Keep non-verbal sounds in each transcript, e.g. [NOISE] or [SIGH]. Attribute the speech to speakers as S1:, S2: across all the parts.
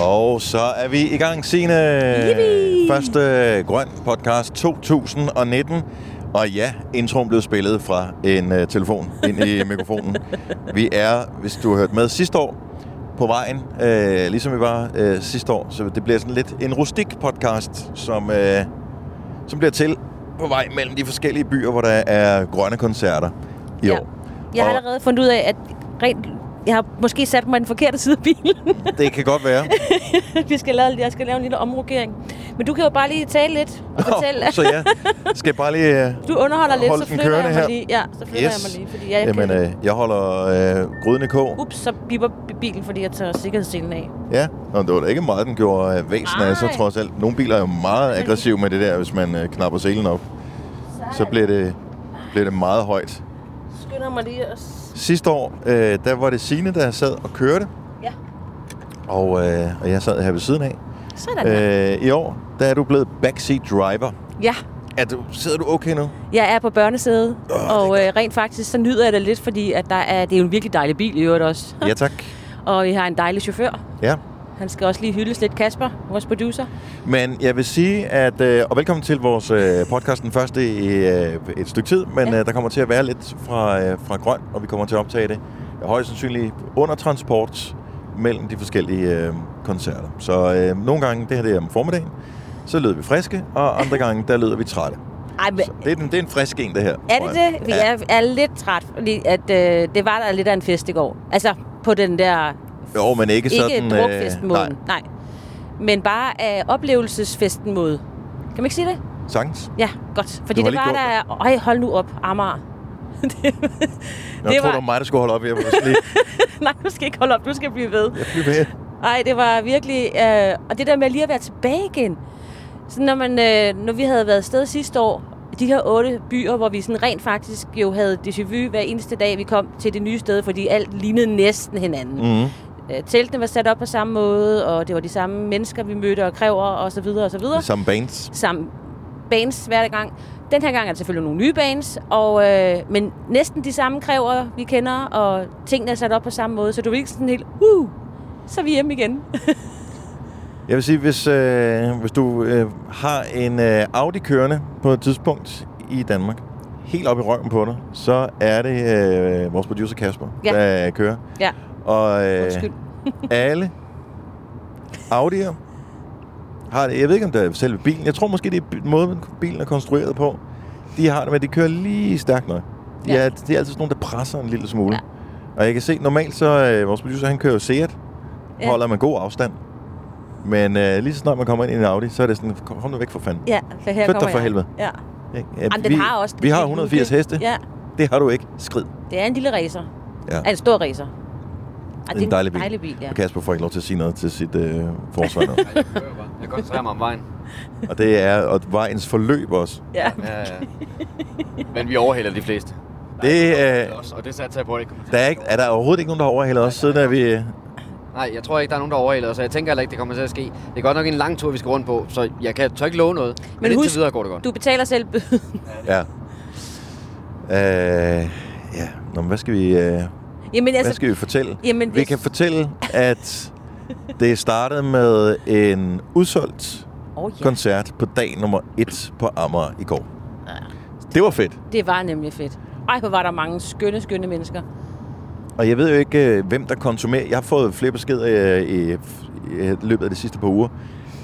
S1: Og så er vi i gang, Signe.
S2: Yippie!
S1: Første Grøn Podcast 2019. Og ja, introen blev spillet fra en øh, telefon ind i mikrofonen. Vi er, hvis du har hørt med sidste år, på vejen, øh, ligesom vi var øh, sidste år. Så det bliver sådan lidt en rustik podcast, som, øh, som bliver til på vej mellem de forskellige byer, hvor der er grønne koncerter i
S2: Ja.
S1: år.
S2: Jeg har
S1: Og-
S2: allerede fundet ud af, at rent, jeg har måske sat mig i den forkerte side af bilen. [LAUGHS]
S1: Det kan godt være.
S2: Vi skal lave, jeg skal lave en lille omrokering. Men du kan jo bare lige tale lidt og fortælle.
S1: [LAUGHS] så ja, skal jeg bare lige... Øh,
S2: Du underholder lidt,
S1: Hold
S2: så
S1: den
S2: flytter jeg mig
S1: kørende her.
S2: lige. Ja, så flytter
S1: Yes.
S2: jeg mig lige, fordi jeg
S1: Jamen,
S2: kan...
S1: øh, jeg holder øh, gryden i kog.
S2: Ups, så bipper bilen, fordi jeg tager sikkerhedsselen af.
S1: Ja, og det var da ikke meget, den gjorde øh, væsen af, så
S2: Nej.
S1: trods alt. Nogle biler er jo meget aggressive med det der, hvis man øh, knapper selen op. Så bliver det, bliver det meget højt.
S2: Skynder mig lige at...
S1: Sidste år, øh, der var det Signe, der sad og kørte,
S2: Ja,
S1: og, øh, og jeg sad her ved siden af.
S2: sådan øh.
S1: Øh, I år, der er du blevet backseat driver.
S2: Ja,
S1: Er du, sidder du okay
S2: [LAUGHS]
S1: nu?
S2: jeg er på børnesædet,
S1: er
S2: og øh, rent faktisk, så nyder jeg det lidt, fordi at der er, det er jo en virkelig dejlig bil i øvrigt også.
S1: Ja, tak.
S2: Og vi har en dejlig chauffør.
S1: Ja.
S2: Han skal også lige hyldes lidt, Kasper, vores producer.
S1: Men jeg vil sige, at... Øh, og velkommen til vores øh, podcast, den første i øh, et stykke tid. Men ja.
S2: Ja.
S1: øh, der kommer til at være lidt fra, øh, fra grøn, og vi kommer til at optage det øh, højst sandsynligt under transport mellem de forskellige øh, koncerter. Så øh, nogle gange, det her det er om formiddagen, så lyder vi friske, og [LAUGHS] andre gange, der lyder vi trætte.
S2: Ej, men
S1: Så det, er, den- det er en frisk en, det her.
S2: Er
S1: tror
S2: det
S1: jeg.
S2: det? Vi ja. er, er lidt træt, fordi at, øh, det var der lidt af en fest i går. Altså, på den der...
S1: Jo, men ikke,
S2: Ikke
S1: sådan... øh,
S2: drukfesten
S1: nej,
S2: måde. øh, Nej. Men bare af oplevelsesfesten måde. Kan man ikke sige det?
S1: sangs.
S2: Ja, godt. Fordi
S1: Du har
S2: det
S1: lige
S2: var der... Er, øj, hold nu op, Amager. [LAUGHS] det,
S1: Jeg tror, var... det var mig, der skulle holde op. Jeg var lige... [LAUGHS]
S2: Nej, du skal ikke holde op. Du skal blive ved.
S1: Jeg blev ved.
S2: Nej, det var virkelig... Øh, og det der med lige at være tilbage igen. Så når, man, øh, når vi havde været afsted sidste år, de her otte byer, hvor vi sådan rent faktisk jo havde déjà vu hver eneste dag, vi kom til det nye sted, fordi alt lignede næsten hinanden. Mm.
S1: Mm.
S2: Øh, teltene var sat op på samme måde, og det var de samme mennesker, vi mødte og kræver og så videre og så videre.
S1: Som bands.
S2: Samme bands hver gang. Den her gang er der selvfølgelig nogle nye bands, og, øh, men næsten de samme kræver, vi kender, og tingene er sat op på samme måde, så du er ikke sådan helt, uh, så er vi hjemme igen.
S1: Jeg vil sige, hvis, øh, hvis du øh, har en øh, Audi kørende på et tidspunkt i Danmark, helt op i røven på dig, så er det øh, vores producer Kasper, ja.
S2: Ja.
S1: der øh, kører.
S2: ja.
S1: Og øh,
S2: Undskyld.
S1: alle Audi'er har det. Jeg ved ikke, om det er selve bilen. Jeg tror måske, det er bi- måden, bilen er konstrueret på. De har det med, at de kører lige stærkt nok. De,
S2: Ja.
S1: er, de er altid sådan nogle, der presser en lille smule.
S2: Ja.
S1: Og jeg kan se, normalt så, øh, vores producer, han kører jo Seat.
S2: Ja.
S1: Holder man god afstand. Men øh, lige så snart man kommer ind i en Audi, så er det sådan, kom kom nu væk for fanden.
S2: Ja, for her
S1: Flyt dig
S2: kommer
S1: for
S2: jeg.
S1: helvede.
S2: Ja.
S1: Ikke? Ja,
S2: Jamen, den har også
S1: vi har
S2: lidt
S1: 180
S2: luke.
S1: heste.
S2: Ja,
S1: Det har du ikke. Skrid.
S2: det er en lille racer.
S1: Ja.
S2: Ja. En stor racer. Ej,
S1: Det er en dejlig bil.
S2: dejlig bil ja.
S1: Og Kasper får ikke lov til at sige noget til sit øh, forsvar.
S2: [LAUGHS]
S1: nu.
S3: Jeg kører bare. Jeg koncentrerer mig om vejen.
S1: og det er og vejens forløb også.
S2: ja.
S3: Ja, ja. Men vi overhælder de fleste.
S1: Det,
S3: Det
S1: øh,
S3: også, og det satte jeg på, at det kommer til.
S1: der er, ikke, er der overhovedet ikke nogen, der har overhældet os, siden at vi...
S3: Nej, jeg tror ikke, der er nogen, der overhælder os, og jeg tænker heller ikke, det kommer til at ske. Det er godt nok en lang tur, vi skal rundt på, så jeg kan tør ikke love noget. Men, men indtil videre går det godt.
S2: du betaler selv bøden. [LAUGHS]
S1: Ja. Øh, ja. Nå, men hvad skal vi, øh,
S2: Jamen,
S1: hvad
S2: altså,
S1: skal vi fortælle?
S2: jamen,
S1: Vi kan fortælle, at det startede med en udsolgt
S2: oh, ja.
S1: koncert på dag nummer 1 på Amager i går. Det var fedt.
S2: Det var nemlig fedt. Ej, hvor var der mange skønne, skønne mennesker.
S1: Og jeg ved jo ikke, øh, hvem der konsumerer. Jeg har fået flere beskeder øh, i, i løbet af de sidste par uger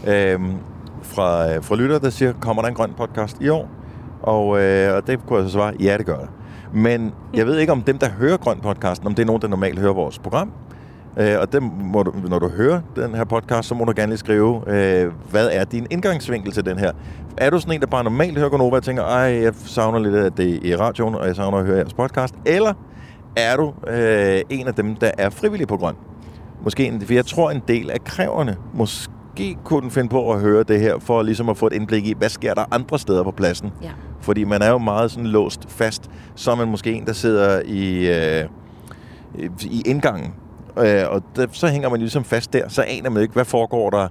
S1: øhm, fra, øh, fra lytter, der siger, kommer der en grøn podcast i år? Og, øh, og det kunne jeg så svare, ja, det gør der. Men jeg ved ikke, om dem, der hører grøn podcasten, om det er nogen, der normalt hører vores program. Øh, og dem må du, når du hører den her podcast, så må du gerne lige skrive, øh, hvad er din indgangsvinkel til den her? Er du sådan en, der bare normalt hører Gonova og tænker, ej, jeg savner lidt af det i radioen, og jeg savner at høre jeres podcast? Eller er du øh, en af dem, der er frivillig på grøn? Måske en, for jeg tror, en del af kræverne måske kunne finde på at høre det her, for ligesom at få et indblik i, hvad sker der andre steder på pladsen?
S2: Ja.
S1: Fordi man er jo meget sådan låst fast, så er man måske en, der sidder i, øh, i indgangen. Øh, og der, så hænger man ligesom fast der, så aner man ikke, hvad foregår der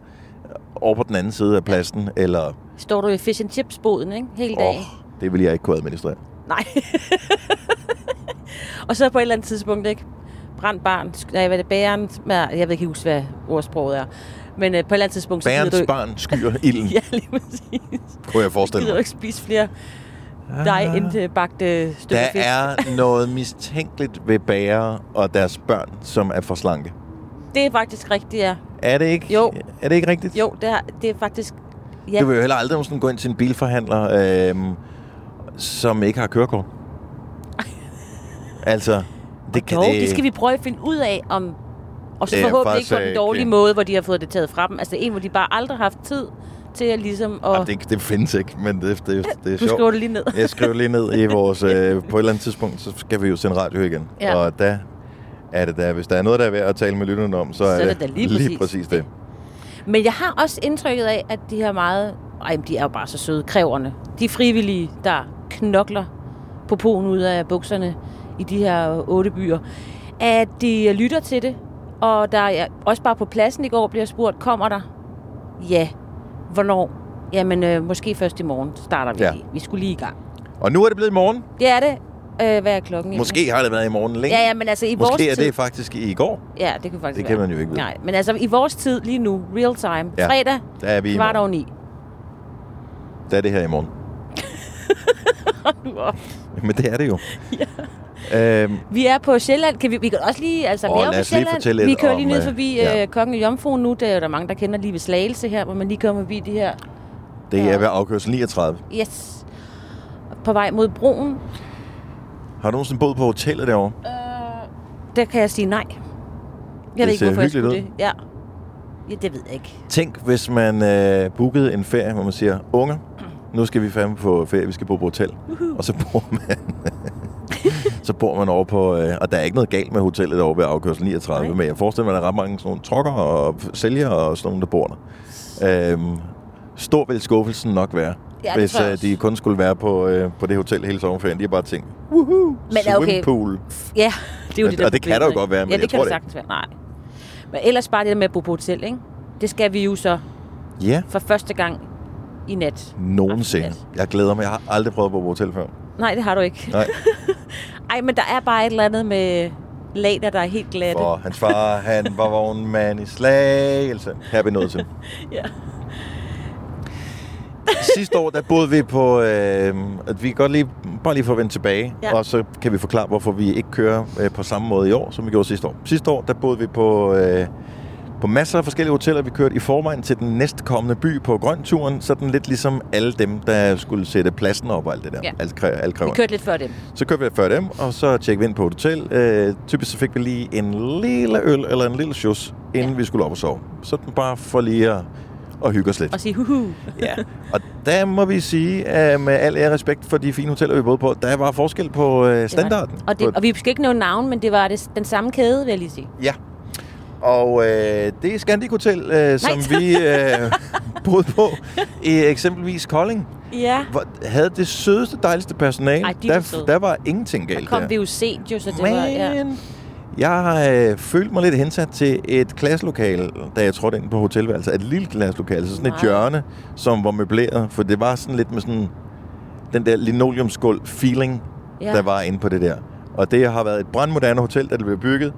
S1: over på den anden side af pladsen, eller...
S2: Står du i fish and chips-boden, ikke? Hele dagen.
S1: det vil jeg
S2: [LAUGHS]
S1: ikke kunne administrere.
S2: Nej. og så på et eller andet tidspunkt, ikke? brændt barn, nej, hvad er det, bæren, jeg ved ikke huske, hvad ordsproget er. Men øh, på et eller andet tidspunkt, så
S1: Bærens
S2: gider du,
S1: barn skyer ilden,
S2: [LAUGHS] ja, lige præcis.
S1: kunne jeg forestille
S2: Gider du
S1: mig. Ah.
S2: ikke spise flere dig end øh, bagte stykker
S1: Der
S2: fisk? [LAUGHS]
S1: er noget mistænkeligt ved bærer og deres børn, som er for slanke.
S2: Det er faktisk rigtigt, ja.
S1: Er det ikke,
S2: Jo.
S1: Er det ikke rigtigt?
S2: Jo, det er, det er faktisk... Ja,
S1: Ja. Du vil jo heller aldrig nogensinde gå ind til en bilforhandler, øhm, som ikke har kørekort. altså, det kan
S2: dog,
S1: det...
S2: det skal vi prøve at finde ud af, om... Og så
S1: Det er
S2: forhåbentlig
S1: faktisk,
S2: ikke på den
S1: øh,
S2: dårlige
S1: det-
S2: måde, hvor de har fået det taget fra dem. Altså en, hvor de bare aldrig har haft tid til at ligesom... At,
S1: Jamen, det, det findes ikke, men det, det, det er
S2: du
S1: sjovt.
S2: skriver det lige ned.
S1: Jeg skriver lige ned i
S2: [LAUGHS]
S1: vores... Øh, på et eller andet tidspunkt, så skal vi jo sende radio igen.
S2: Ja.
S1: Og der er det der. Hvis der er noget, der er værd at tale med lytterne om, så,
S2: Så er
S1: er
S2: det da lige præcis
S1: lige præcis det.
S2: Men jeg har også indtrykket af, at de her meget... Ej, men de er jo bare så søde, kræverne. De frivillige, der knokler på poen ud af bukserne i de her otte byer, at de lytter til det. Og der er også bare på pladsen i går bliver spurgt, kommer der? Ja. Hvornår? Jamen, øh, måske først i morgen starter vi
S1: Ja.
S2: ja. lige. Vi skulle lige i gang.
S1: Og nu er det blevet i morgen.
S2: Det er det. Øh, hvad er klokken? egentlig?
S1: Måske har det været i morgen længe.
S2: Ja, ja, men altså i vores
S1: Måske er
S2: tid...
S1: det faktisk i går.
S2: Ja, det kan faktisk
S1: Det
S2: være.
S1: kan man jo ikke vide.
S2: Nej, men altså i vores tid lige nu, real time,
S1: Ja.
S2: ja. fredag,
S1: Der er vi i
S2: kvart
S1: morgen.
S2: over ni. [LAUGHS]
S1: Der er det her i morgen. [LAUGHS]
S2: Nu op.
S1: Men det er
S2: [LAUGHS]
S1: det jo. ja. øhm,
S2: Vi er på Sjælland. Kan vi, vi kan også lige... Altså,
S1: Åh,
S2: vi er jo
S1: lad
S2: på
S1: os lige
S2: Sjælland.
S1: fortælle
S2: vi
S1: lidt
S2: kører
S1: om,
S2: lige ned
S1: øh,
S2: forbi
S1: ja.
S2: ja. øh, Kongen og Jomfruen nu. Der er jo der mange, der kender lige ved Slagelse her, hvor man lige kommer forbi det her.
S1: det er
S2: Ja.
S1: ved afkørsel 39.
S2: Yes. På vej mod broen.
S1: Har du nogensinde boet på hotellet derovre?
S2: Øh, Der kan jeg sige nej. Jeg
S1: Det
S2: ved ikke,
S1: ser
S2: hvorfor jeg
S1: hyggeligt
S2: skulle
S1: ud.
S2: det. Ja. ja, det ved jeg ikke.
S1: Tænk, hvis man øh, bookede en ferie, hvor man siger, unger, nu skal vi fandme på ferie, vi skal bo på hotel. Og så bor man, [LAUGHS] så bor man over på, øh, og der er ikke noget galt med hotellet over ved afkørsel 39,
S2: Nej.
S1: men jeg forestiller mig, at der er ret mange sådan nogle trokker og sælgere og sådan nogle, der bor der. Øhm, stor vil skuffelsen nok være,
S2: Ja, det
S1: hvis
S2: tror jeg
S1: øh,
S2: også.
S1: de kun skulle være på, øh, på det hotel hele sommerferien. De har bare tænkt, woohoo,
S2: Men okay.
S1: swimmingpool.
S2: Ja, det er jo
S1: Men-
S2: det der
S1: og det kan
S2: problem,
S1: der jo
S2: ikke?
S1: godt være, men
S2: ja, det
S1: jeg
S2: kan
S1: tror
S2: der
S1: det
S2: sagtens være. Nej. Men ellers bare det der med at bo på hotel, ikke? Det skal vi jo så
S1: Ja,
S2: for første gang i nat.
S1: nogensinde.
S2: Aftenpas.
S1: Jeg glæder mig. Jeg har aldrig prøvet at bo på hotel før.
S2: Nej, det har du ikke.
S1: Nej.
S2: [LAUGHS] Ej, men der er bare et eller andet med lader, der er helt glatte.
S1: For hans far, han var vognmand i Slagelse. Her er vi nået til.
S2: [LAUGHS] Ja.
S1: Sidste år, der boede vi på, øh, at vi kan godt lige, bare lige for at vende tilbage,
S2: Ja.
S1: og så kan vi forklare, hvorfor vi ikke kører øh, på samme måde i år, som vi gjorde sidste år. Sidste år, der boede vi på, øh, på masser af forskellige hoteller. Vi kørte i forvejen til den næstkommende by på Grønturen, sådan lidt ligesom alle dem, der skulle sætte pladsen op og alt det der.
S2: Ja.
S1: Alt, kræ- alt
S2: Vi
S1: kræver.
S2: kørte lidt før dem.
S1: Så købte jeg før dem, og så tjekkede vi ind på et hotel. Øh, typisk så fik vi lige en lille øl eller en lille sjus, inden ja. vi skulle op og sove. Sådan bare for lige at, at hygge os lidt.
S2: Og sige huhu. [LAUGHS]
S1: Ja. og der må vi sige, øh, med al ære og respekt for de fine hoteller, vi boede på, der var forskel på øh, standarden.
S2: Og, det,
S1: på,
S2: og vi skal ikke nævne navn, men det var det, den samme kæde, vil jeg lige sige.
S1: ja. og øh, det er Scandic Hotel, øh, som vi øh, [LAUGHS] boede på i eksempelvis Kolding.
S2: Ja.
S1: Hvor, havde det sødeste, dejligste personale.
S2: Ej, de var
S1: der,
S2: søde.
S1: der var ingenting galt
S2: Der kom
S1: der.
S2: vi jo sent, jo, så det
S1: Men
S2: var... Ja.
S1: jeg har øh, følt mig lidt hensat til et klasselokale, da jeg trådte ind på hotelværelset. Et lille klasselokale, så sådan et
S2: Nej.
S1: hjørne, som var møbleret. For det var sådan lidt med sådan den der linoleumsgulv-feeling, ja.
S2: Ja.
S1: der var inde på det der. Og det har været et brandmoderne hotel, da det blev bygget.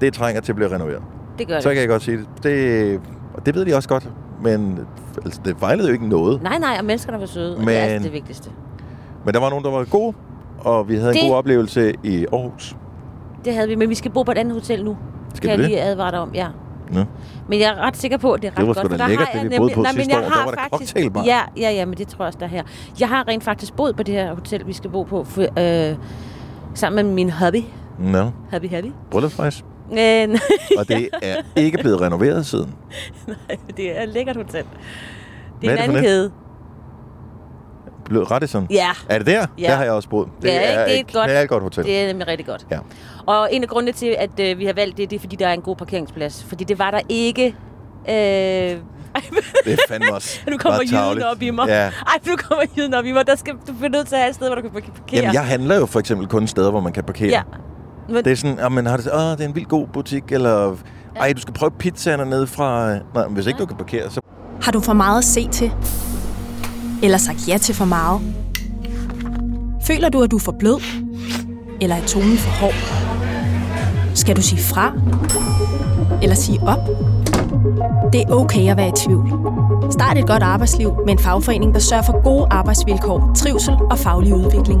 S1: Det trænger til at blive renoveret.
S2: Det gør
S1: Så
S2: det.
S1: kan jeg godt sige det. det. Og det ved de også godt. Men altså, det fejlede jo ikke noget.
S2: Nej, nej, og menneskerne var søde. Men... Det er
S1: Men-
S2: altså det vigtigste.
S1: Men der var nogen, der var gode. Og vi havde en
S2: Det-
S1: god oplevelse i Aarhus.
S2: Det havde vi, men vi skal bo på et andet hotel nu.
S1: Skal
S2: kan
S1: vi
S2: jeg
S1: det?
S2: lige advare dig om, ja.
S1: Ja.
S2: Men jeg er ret sikker på, at det er ret
S1: Det var sgu
S2: godt,
S1: da
S2: for der
S1: lækkert,
S2: har
S1: det
S2: jeg
S1: vi
S2: nemlig...
S1: boede på
S2: Nej, men
S1: sidste
S2: jeg
S1: år. Der
S2: har
S1: var der
S2: faktisk...
S1: cocktailbar.
S2: Ja, ja, ja, men det tror jeg også, der er her. Jeg har rent faktisk boet på det her hotel, vi skal bo på, for, øh, sammen med min hobby.
S1: Nå,
S2: Hobby, hobby.
S1: bryllupsrejse.
S2: Øh, [LAUGHS] nej,
S1: Og det er ikke blevet renoveret siden.
S2: det er et lækkert hotel. Det
S1: Hvad er
S2: er
S1: det
S2: en
S1: for
S2: anden
S1: net?
S2: kæde.
S1: Blev Radisson?
S2: Ja,
S1: Er det der?
S2: Ja.
S1: Der har jeg også boet.
S2: Ja, ikke? Det er et godt-
S1: knaldgodt hotel.
S2: det er nemlig rigtig godt.
S1: Ja.
S2: Og en af grundene til, at øh, vi har valgt det, det er, fordi der er en god parkeringsplads. Fordi det var der ikke...
S1: Det
S2: Øh,
S1: er fandme også
S2: nu [LAUGHS] kommer
S1: meget
S2: jyden
S1: tarveligt.
S2: op i mig.
S1: Ja.
S2: Ej, nu kommer jyden op i mig. Der skal, du bliver nødt til at have et sted, hvor du kan parkere.
S1: Jamen, jeg handler jo for eksempel kun steder, hvor man kan parkere.
S2: Ja. Men,
S1: Det er sådan, at man har det, åh, det er en vild god butik, eller ej, du skal prøve pizzaen hernede fra... øh, Nej, men hvis ikke du kan parkere, så...
S4: Har du for meget at se til? Eller sagt ja til for meget? Føler du, at du er for blød? Eller er tonen for hård? Skal du sige fra? Eller sige op? Det er okay at være i tvivl. Start et godt arbejdsliv med en fagforening, der sørger for gode arbejdsvilkår, trivsel og faglig udvikling.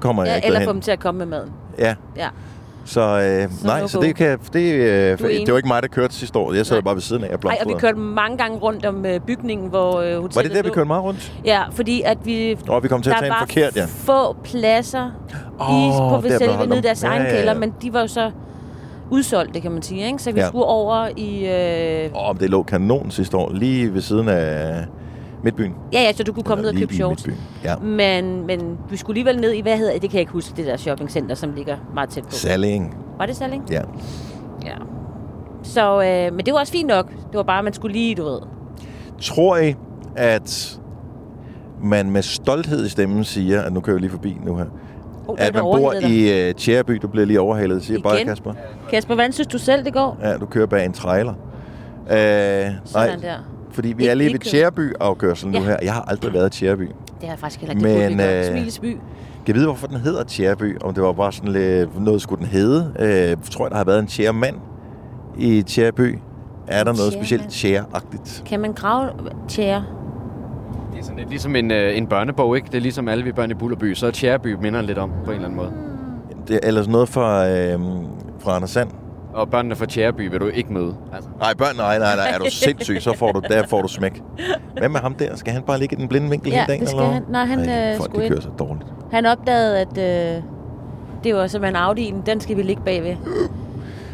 S1: kommer jeg
S2: Ja,
S1: ikke
S2: eller
S1: derhen.
S2: få dem til at komme med maden.
S1: Ja,
S2: Ja.
S1: så, øh, så nej,
S2: no
S1: så
S2: go.
S1: det kan... Det, øh,
S2: Du er enig.
S1: det var ikke mig, der kørte sidste år. Jeg sad
S2: Nej.
S1: bare ved siden af og
S2: Nej, og vi
S1: blomstrede.
S2: kørte mange gange rundt om øh, bygningen, hvor øh, hotellet
S1: Var det der, vi
S2: lå.
S1: kørte meget rundt?
S2: Ja, fordi at vi...
S1: Nå, vi kom til at
S2: der
S1: tage en
S2: var
S1: forkert, ja.
S2: få pladser i,
S1: Åh, der
S2: på
S1: blev
S2: selve
S1: holdt
S2: nede i
S1: om.
S2: deres
S1: Ja,
S2: egen
S1: ja, ja.
S2: kælder, men de var jo så udsolgte, kan man sige, ikke? Så vi
S1: Ja.
S2: skulle over i... Øh...
S1: Åh, men det lå kanon sidste år, lige ved siden af Midtbyen.
S2: Ja, ja, så du kunne komme ned
S1: Eller lige
S2: og købe
S1: i
S2: shorts.
S1: Midtbyen, ja.
S2: Men, men vi skulle alligevel ned i, hvad hedder det, det kan jeg ikke huske, det der shoppingcenter, som ligger meget tæt på.
S1: Salling.
S2: Var det Salling?
S1: Ja.
S2: Ja. Så, øh, men det var også fint nok. Det var bare, at man skulle lige, du ved.
S1: Tror I, at man med stolthed i stemmen siger, at nu kører jeg lige forbi nu her,
S2: Oh,
S1: at man bor i uh, Tjæreby, du bliver lige overhalet, siger bare
S2: Igen?
S1: Kasper.
S2: Kasper, hvordan synes du selv, det går?
S1: Ja, du kører bag en trailer. Øh,
S2: Sådan der.
S1: Fordi vi
S2: Ikke
S1: er lige ved
S2: indkøbt.
S1: Tjæreby-afgørelsen nu
S2: Ja.
S1: her. Jeg har aldrig været i Tjæreby.
S2: Det har jeg faktisk heller ikke
S1: Men,
S2: men, øh...
S1: øh,
S2: Smilesby.
S1: Kan jeg vide, hvorfor den hedder Tjærby? Om det var bare sådan lidt, noget skulle den hedde? Øh, tror jeg, der har været en tjærmand i Tjærby? Er der noget
S2: tjæremand?
S1: specielt tjæragtigt?
S2: Kan man grave tjære?
S3: Det er sådan lidt ligesom en, øh, en børnebog, ikke? Det er ligesom alle vi børn i Bullerby. Så er Tjæreby minder lidt om, på en eller anden måde.
S1: Det er ellers noget fra, øh, fra Anders Sand?
S3: Og børnene fra Tjæreby vil du ikke møde. Altså.
S1: Nej, børn, nej, nej,
S2: [LAUGHS]
S1: nej, er du sindssyg, så får du, der får du smæk. Hvad med ham der? Skal han bare ligge i den blinde vinkel
S2: Ja,
S1: hele dagen?
S2: det skal
S1: eller?
S2: han. Nej, han,
S1: Ej,
S2: øh,
S1: folk,
S2: skulle
S1: de
S2: ind.
S1: kører så dårligt.
S2: Han opdagede, at øh, det var simpelthen Audi'en. Den skal vi ligge bagved.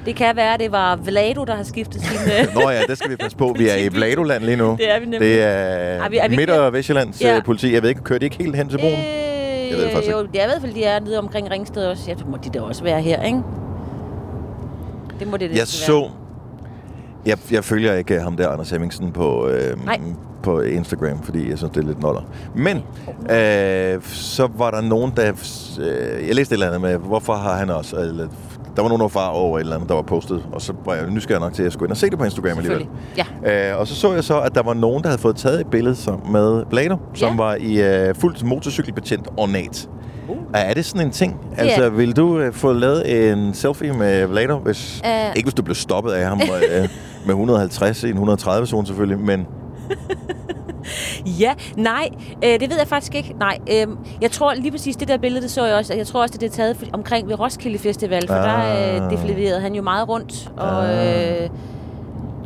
S2: Det kan være, at det var Vlado, der har skiftet sin...
S1: [LAUGHS]
S2: Øh...
S1: [LAUGHS] Nå ja, det skal vi passe på. Vi er i Vladoland lige nu.
S2: Det er vi nemlig.
S1: Det er,
S2: Ej, vi- er vi ikke-
S1: Midt- og Vestjyllands
S2: Ja. Øh,
S1: ja. politi. Jeg ved ikke, kører de ikke helt hen til broen? Jeg ved det faktisk
S2: jo,
S1: ikke.
S2: det er i hvert fald, de er nede omkring Ringsted også. Ja, det må de da også være her, ikke? Det må det, det
S1: Jeg så... Jeg, jeg følger ikke øh, ham der, Anders Hemmingsen, på, øh,
S2: Nej.
S1: på Instagram, fordi jeg synes, det er lidt noller. Men øh, så var der nogen, der... Øh, jeg læste et eller andet med, hvorfor har han også... Eller, der var nogen overfra over et eller andet, der var postet, og så var jeg nysgerrig nok til, at jeg skulle ind og se det på Instagram alligevel.
S2: Ja.
S1: Øh, og så så jeg så, at der var nogen, der havde fået taget et billede som, med Blado, som
S2: Ja.
S1: var i øh, fuldt motorcykelbetjent ornat. Uh. Er det sådan en ting?
S2: er
S1: altså,
S2: det.
S1: vil du øh, få lavet en selfie med Blado? Hvis,
S2: Øh.
S1: Ikke hvis du blev stoppet af ham øh, med 150 i en 130-zone selvfølgelig, men
S2: Ja, nej, øh, det ved jeg faktisk ikke. Nej, øh, jeg tror lige præcis det der billede, det så jeg også. og Jeg tror også, at det er taget for- omkring ved Roskilde Festival, for
S1: Ah.
S2: der øh, defilerede han jo meget rundt og
S1: Ah.
S2: øh,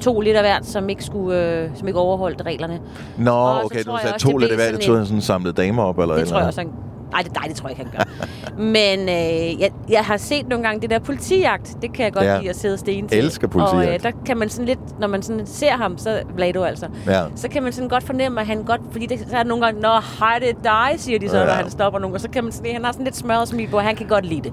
S2: tog lidt af hvert, som ikke, skulle, øh, som ikke overholdt reglerne.
S1: Nå,
S2: Og så
S1: okay,
S2: tror
S1: du
S2: jeg
S1: sagde
S2: også, det
S1: to lidt
S2: blev
S1: af hvert,
S2: sådan
S1: det troede
S2: en-
S1: han sådan samlede damer op, eller
S2: Det
S1: et
S2: tror jeg
S1: eller
S2: også, han... Nej, det, nej, det tror jeg ikke, han gør. Men øh, jeg, jeg har set nogle gange det der politijagt. Det kan jeg godt
S1: Ja.
S2: lide at sidde og stene til.
S1: Elsker politijagt.
S2: Og øh, der kan man sådan lidt, når man sådan ser ham, så Vlado altså,
S1: Ja.
S2: så kan man sådan godt fornemme, at han godt, fordi det, så er der nogle gange, nå, hej, det er dig, siger de så,
S1: Ja.
S2: ja. når han stopper nogen, og så kan man sådan, han har sådan lidt smørret smil på, og han kan godt lide det.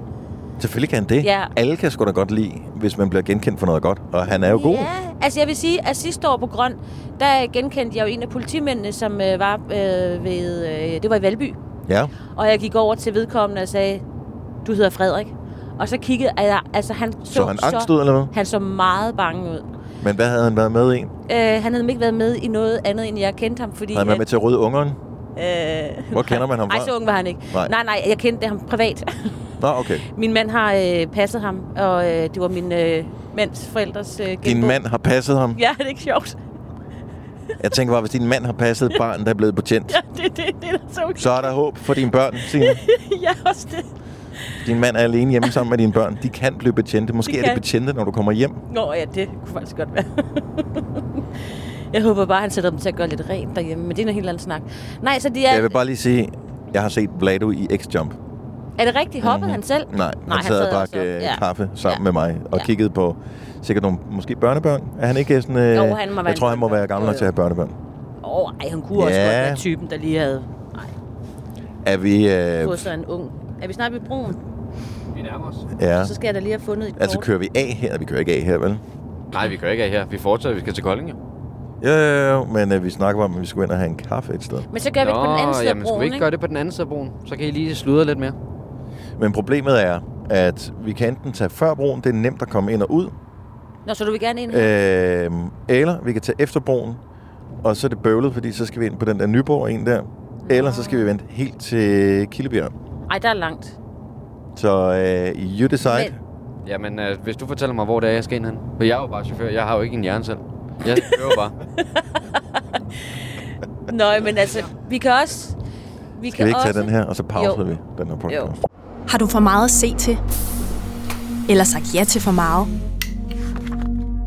S1: Selvfølgelig kan han det.
S2: Ja.
S1: Alle kan sgu da godt lide, hvis man bliver genkendt for noget godt, og han er jo god.
S2: Ja, altså jeg vil sige, at sidste år på Grøn, der genkendte jeg jo en af politimændene, som øh, var øh, ved, øh, det var i Valby,
S1: Ja.
S2: Og jeg gik over til vedkommende og sagde, du hedder Frederik. Og så kiggede jeg, altså han så,
S1: Så han angst ud, eller hvad?
S2: Han så meget bange ud.
S1: Men hvad havde han været med i? Havde
S2: Øh, han havde nemlig ikke været med i noget andet, end jeg kendte ham, fordi...
S1: han været med til at rydde ungeren?
S2: at, øh,
S1: Hvor kender man ham
S2: Nej,
S1: fra?
S2: så ung var han ikke.
S1: Nej.
S2: nej, nej jeg kendte ham privat. [LAUGHS]
S1: Nå, okay.
S2: min mand har øh, passet ham, og øh, det var min øh, mands forældres øh,
S1: Din
S2: genbo.
S1: mand har passet ham.
S2: Ja, er det ikke sjovt? [LAUGHS]
S1: Jeg tænker bare, hvis din mand har passet et barn, der er blevet betjent,
S2: [LAUGHS] Ja, det, det, det er da så
S1: så er der håb for dine børn, Signe.
S2: Ja, også det.
S1: Din mand er alene hjemme sammen med dine børn. De kan blive betjente. Måske
S2: De
S1: er de
S2: kan.
S1: betjente, når du kommer hjem.
S2: Nå ja, det kunne faktisk godt
S1: [LAUGHS]
S2: være. jeg håber bare, han sætter dem til at gøre lidt rent derhjemme, men det er en helt anden snak. Nej, så de
S1: Ja.
S2: er...
S1: Jeg vil bare lige sige, jeg har set Vlado i X-Jump.
S2: Er det rigtigt? Hoppede mm-hmm. han selv?
S1: Mhm. Nej, Nej han sad og drak
S2: også op.
S1: øh, kaffe sammen ja. med mig og ja. kiggede på sikkert nogle måske børnebørn. Er han ikke sådan... Øh,
S2: Jo, han må være
S1: jeg
S2: en
S1: tror, han må være gammel nok til at have børnebørn.
S2: Åh, oh, ej, han kunne ja. også
S1: Ja.
S2: godt være typen, der lige havde
S1: Er vi... Øh,
S2: fået sig en ung. Er vi snart ved broen?
S3: Vi nærmer os.
S1: Ja.
S2: Så skal jeg da lige have fundet et
S1: altså,
S2: kort.
S1: kører vi af her? Vi kører ikke af her, vel?
S3: Nej, vi kører ikke af her. Vi fortsætter, vi skal til Kolding, jo.
S1: Jo, jo, jo, men øh, vi snakker om, at vi skulle ind og have en kaffe et sted.
S2: Men så gør vi det på den anden side af
S3: jamen, skulle
S2: broen,
S3: vi ikke
S2: ikke?
S3: gøre det på den anden side af broen? Så kan I lige sludre lidt mere.
S1: Men problemet er, at vi kan enten tage før broen, det er nemt at komme ind og ud,
S2: Nå, så du vil gerne ind her?
S1: øh, eller vi kan tage efter broen, og så er det bøvlet, fordi så skal vi ind på den der Nyborg en der, eller så skal vi vente helt til Kildebjerg.
S2: Ej, der er langt.
S1: Så øh, you decide.
S3: Jamen, øh, hvis du fortæller mig, hvor det er, jeg skal ind hen. For jeg er jo bare chauffør. Jeg har jo ikke en hjerne selv. Jeg kører
S1: [LAUGHS]
S3: bare.
S2: Nå, men altså, vi kan også... Vi
S1: Skal vi ikke tage den her, og så pauser
S2: Jo.
S1: vi den her podcast? Jo.
S4: Har du for meget at se til? Eller sagt ja til for meget?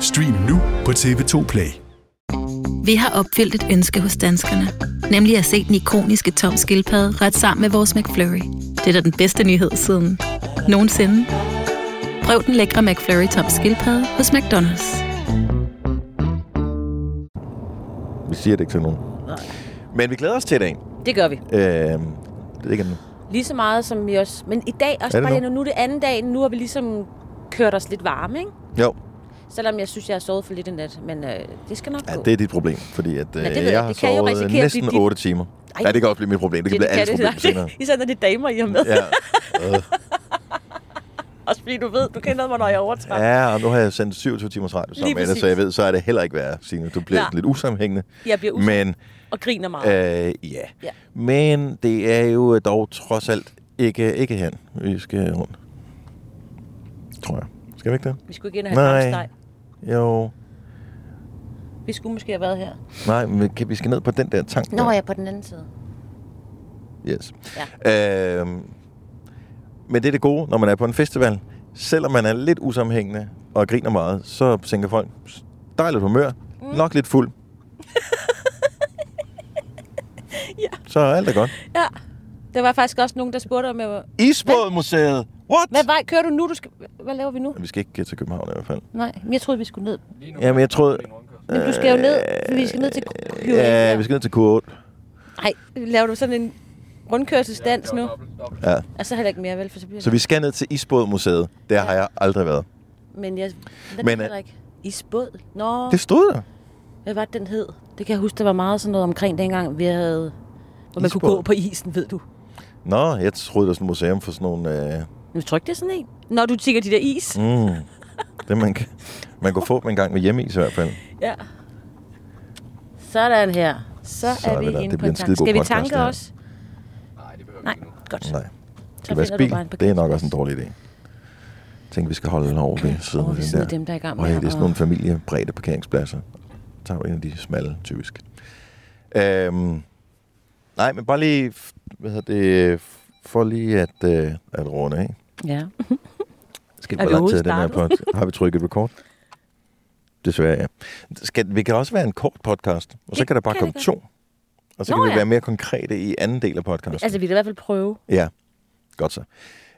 S5: Stream nu på TV2 Play.
S6: Vi har opfyldt et ønske hos danskerne. Nemlig at se den ikoniske tom skildpadde ret sammen med vores McFlurry. Det er da den bedste nyhed siden nogensinde. Prøv den lækre McFlurry tom skildpadde hos McDonald's.
S1: Vi siger det ikke til nogen.
S2: Nej.
S1: Men vi glæder os til dagen.
S2: Det gør vi.
S1: Øh, det er ikke nu.
S2: Lige så meget som vi også... Men i dag også
S1: Er det nu?
S2: bare lige nu. Nu er det anden dag. Nu har vi ligesom kørt os lidt varme, ikke?
S1: Jo,
S2: Selvom jeg synes, jeg har sovet for lidt i nat. Men øh, det skal nok
S1: ja,
S2: gå.
S1: det er dit problem, fordi at, øh,
S2: det ved jeg.
S1: jeg har
S2: Det kan jo
S1: sovet
S2: risikere at blive
S1: næsten
S2: dit-
S1: 8 timer.
S2: Ej.
S1: Ja, det kan også blive mit problem. Det kan blive alles problem senere.
S2: Især når det er damer, [LAUGHS] I har med.
S1: Ja. Øh.
S2: [LAUGHS] også fordi du ved, du kender mig, når jeg overtræder.
S1: Ja, og nu har jeg sendt 27 timers radio sammen
S2: Lige
S1: med dig,
S2: præcis.
S1: så jeg ved, så er det heller ikke værre, Signe. Du bliver
S2: Nej.
S1: lidt usammenhængende.
S2: Jeg bliver usikker
S1: Men,
S2: og griner meget.
S1: øh, ja. ja. Men det er jo dog trods alt ikke, ikke hen, vi skal rundt. Tror jeg. Skal vi ikke det?
S2: Vi skulle ikke ind og have
S1: Nej.
S2: hamsteg.
S1: Jo.
S2: Vi skulle måske have været her. [LAUGHS]
S1: Nej, men vi kan- vi skal ned på den der tank.
S2: Nå,
S1: der.
S2: jeg er på den anden side.
S1: Yes. Ja. Øhm, men det er det gode, når man er på en festival. Selvom man er lidt usammenhængende og griner meget, så tænker folk, "S- dejligt humør, mm. nok lidt fuld. ja. Så er alt er godt.
S2: Ja. Der var faktisk også nogen, der spurgte om jeg var...
S1: Isbådmuseet! What?
S2: Hvad vej kører du nu? Du skal... Hvad laver vi nu?
S1: Vi skal ikke til København i hvert fald.
S2: Nej, men jeg troede, vi skulle ned.
S1: Jamen, jeg troede...
S2: Men du skal jo ned, for vi skal ned til...
S1: Øh, Ja, vi skal ned til K8.
S2: Nej, laver du sådan en rundkørselsdans nu?
S1: Ja.
S2: Og så heller ikke mere, vel? For så bliver
S1: Så vi skal ned til Isbådmuseet. Der har jeg aldrig været.
S2: Men jeg... Den
S1: Men, øh,
S2: Men, heller ikke. Isbåd? Nå,
S1: Det stod der.
S2: hvad var det, den hed? Det kan jeg huske, der var meget sådan noget omkring dengang, vi havde... Hvor man kunne
S1: Isbåd.
S2: gå på isen, ved du.
S1: Nå, jeg troede, det var sådan et museum for sådan nogle... Øh,
S2: Nu tror ikke, det er sådan en. Når du tigger de der is.
S1: Mm. Det man kan, man kunne få dem en gang med hjemme i hvert fald.
S2: Ja. Sådan her. Så,
S1: Så
S2: er,
S1: er vi
S2: vi
S1: der.
S2: inde
S1: Det
S2: på
S1: bliver en
S2: en
S1: skidegod
S2: tank. Skal
S1: podcast, det
S2: vi tanke
S1: her.
S2: også? Nej, det behøver Nej, godt.
S1: Nej.
S2: Så
S1: Det,
S2: finder
S1: være
S2: du
S1: bil,
S2: bare en
S1: det er nok også en dårlig idé. Jeg tænker, vi skal holde den over ved siden
S2: Over
S1: af
S2: ved
S1: den
S2: siden
S1: der.
S2: af dem, der er i gang
S1: Øj,
S2: med
S1: det er
S2: at-
S1: sådan nogle familiebredte parkeringspladser. Så tager vi en af de smalle, typisk. Øhm, nej, men bare lige, f- hvad hedder det, f- for lige at, øh, at runde af.
S2: Ja.
S1: Skal
S2: Er
S1: hvor
S2: vi
S1: lang tid er den her
S2: overhovedet
S1: pod? Har vi trykket record? Desværre, ja. Skal, vi kan også være en kort podcast, og så
S2: Det
S1: kan der bare
S2: kan
S1: komme
S2: det
S1: to. Og så
S2: Nå
S1: kan vi
S2: ja.
S1: være mere konkrete i anden del af podcasten.
S2: Altså, vi kan i hvert fald prøve.
S1: Ja, godt så.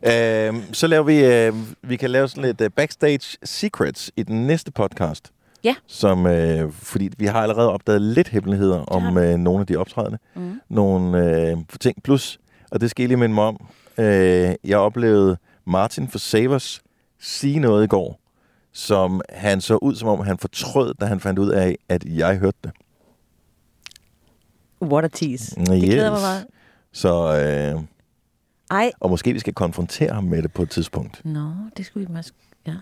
S1: Øh, så laver vi, øh, vi kan lave sådan lidt øh, backstage secrets i den næste podcast.
S2: Ja.
S1: Som, øh, fordi vi har allerede opdaget lidt hemmeligheder om øh, nogle af de optrædende.
S2: Mm.
S1: Nogle øh, ting. Plus, og det skete lige med min mom, øh, jeg oplevede Martin for Savers sige noget i går, som han så ud som om, han fortrød, da han fandt ud af, at jeg hørte det.
S2: What a tease.
S1: Yes.
S2: Det glæder mig meget.
S1: Så, øh,
S2: Ej,
S1: og måske vi skal konfrontere ham med det på et tidspunkt.
S2: nå, det skulle vi måske... Ja.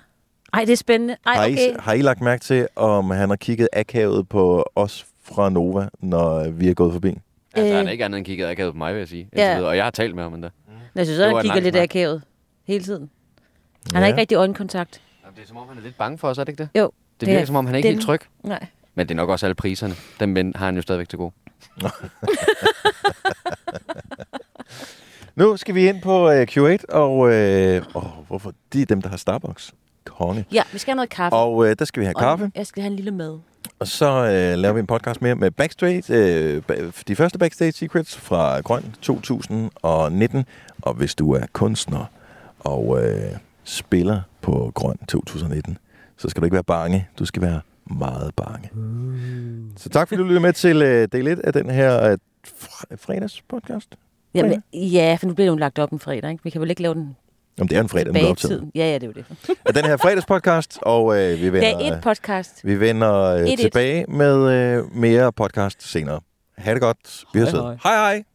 S2: Ej, det er spændende. Ej,
S1: Har,
S2: okay.
S1: I, har I lagt mærke til, om han har kigget akavet på os fra Nova, når vi er gået forbi?
S3: Altså, han
S2: Øh.
S3: er ikke andet end kigget akavet på mig, vil jeg sige.
S2: Ja.
S3: Ja. Videre. Og jeg har talt med ham endda.
S2: Nå, Jeg synes
S3: Det
S2: også, han
S3: var et
S2: kigger
S3: langt
S2: lidt
S3: snak.
S2: akavet hele tiden. Han har
S3: Ja.
S2: ikke rigtig øjenkontakt.
S3: Jamen, Det er som om, han er lidt bange for os, er det ikke det?
S2: Jo.
S3: Det virker som om, han er ikke
S2: den-
S3: helt tryg.
S2: Nej.
S3: Men det er nok også alle priserne. Dem men har han jo stadigvæk til gode.
S1: Nu skal vi ind på øh, Q8, og øh, åh, hvorfor? de er dem, der har Starbucks. Konge.
S2: Ja, vi skal have noget kaffe.
S1: Og øh, der skal vi have kaffe,
S2: Og jeg skal have en lille mad.
S1: og så øh, laver vi en podcast mere med Backstage, øh, ba- de første Backstage Secrets fra Grøn 2019. Og hvis du er kunstner og øh, spiller på Grøn 2019, så skal du ikke være bange, du skal være meget bange. Så tak fordi du lyttede med til øh, del 1 af den her øh, fr- fredags podcast.
S2: Jamen, ja, for nu bliver det jo lagt op en fredag, ikke? Vi kan vel ikke lave den
S1: Jamen, det er en fredag, den
S2: tilbage
S1: bliver
S2: i
S1: optaget.
S2: tiden. Ja, ja, det er jo det.
S1: af den her fredagspodcast, og øh, vi
S2: Det
S1: vender,
S2: er et podcast.
S1: vi vender øh,
S2: Et, et.
S1: tilbage med øh, mere podcast senere. Ha' det godt. Vi har
S2: Hej,
S1: siddet.
S2: hej.
S1: Hej hej.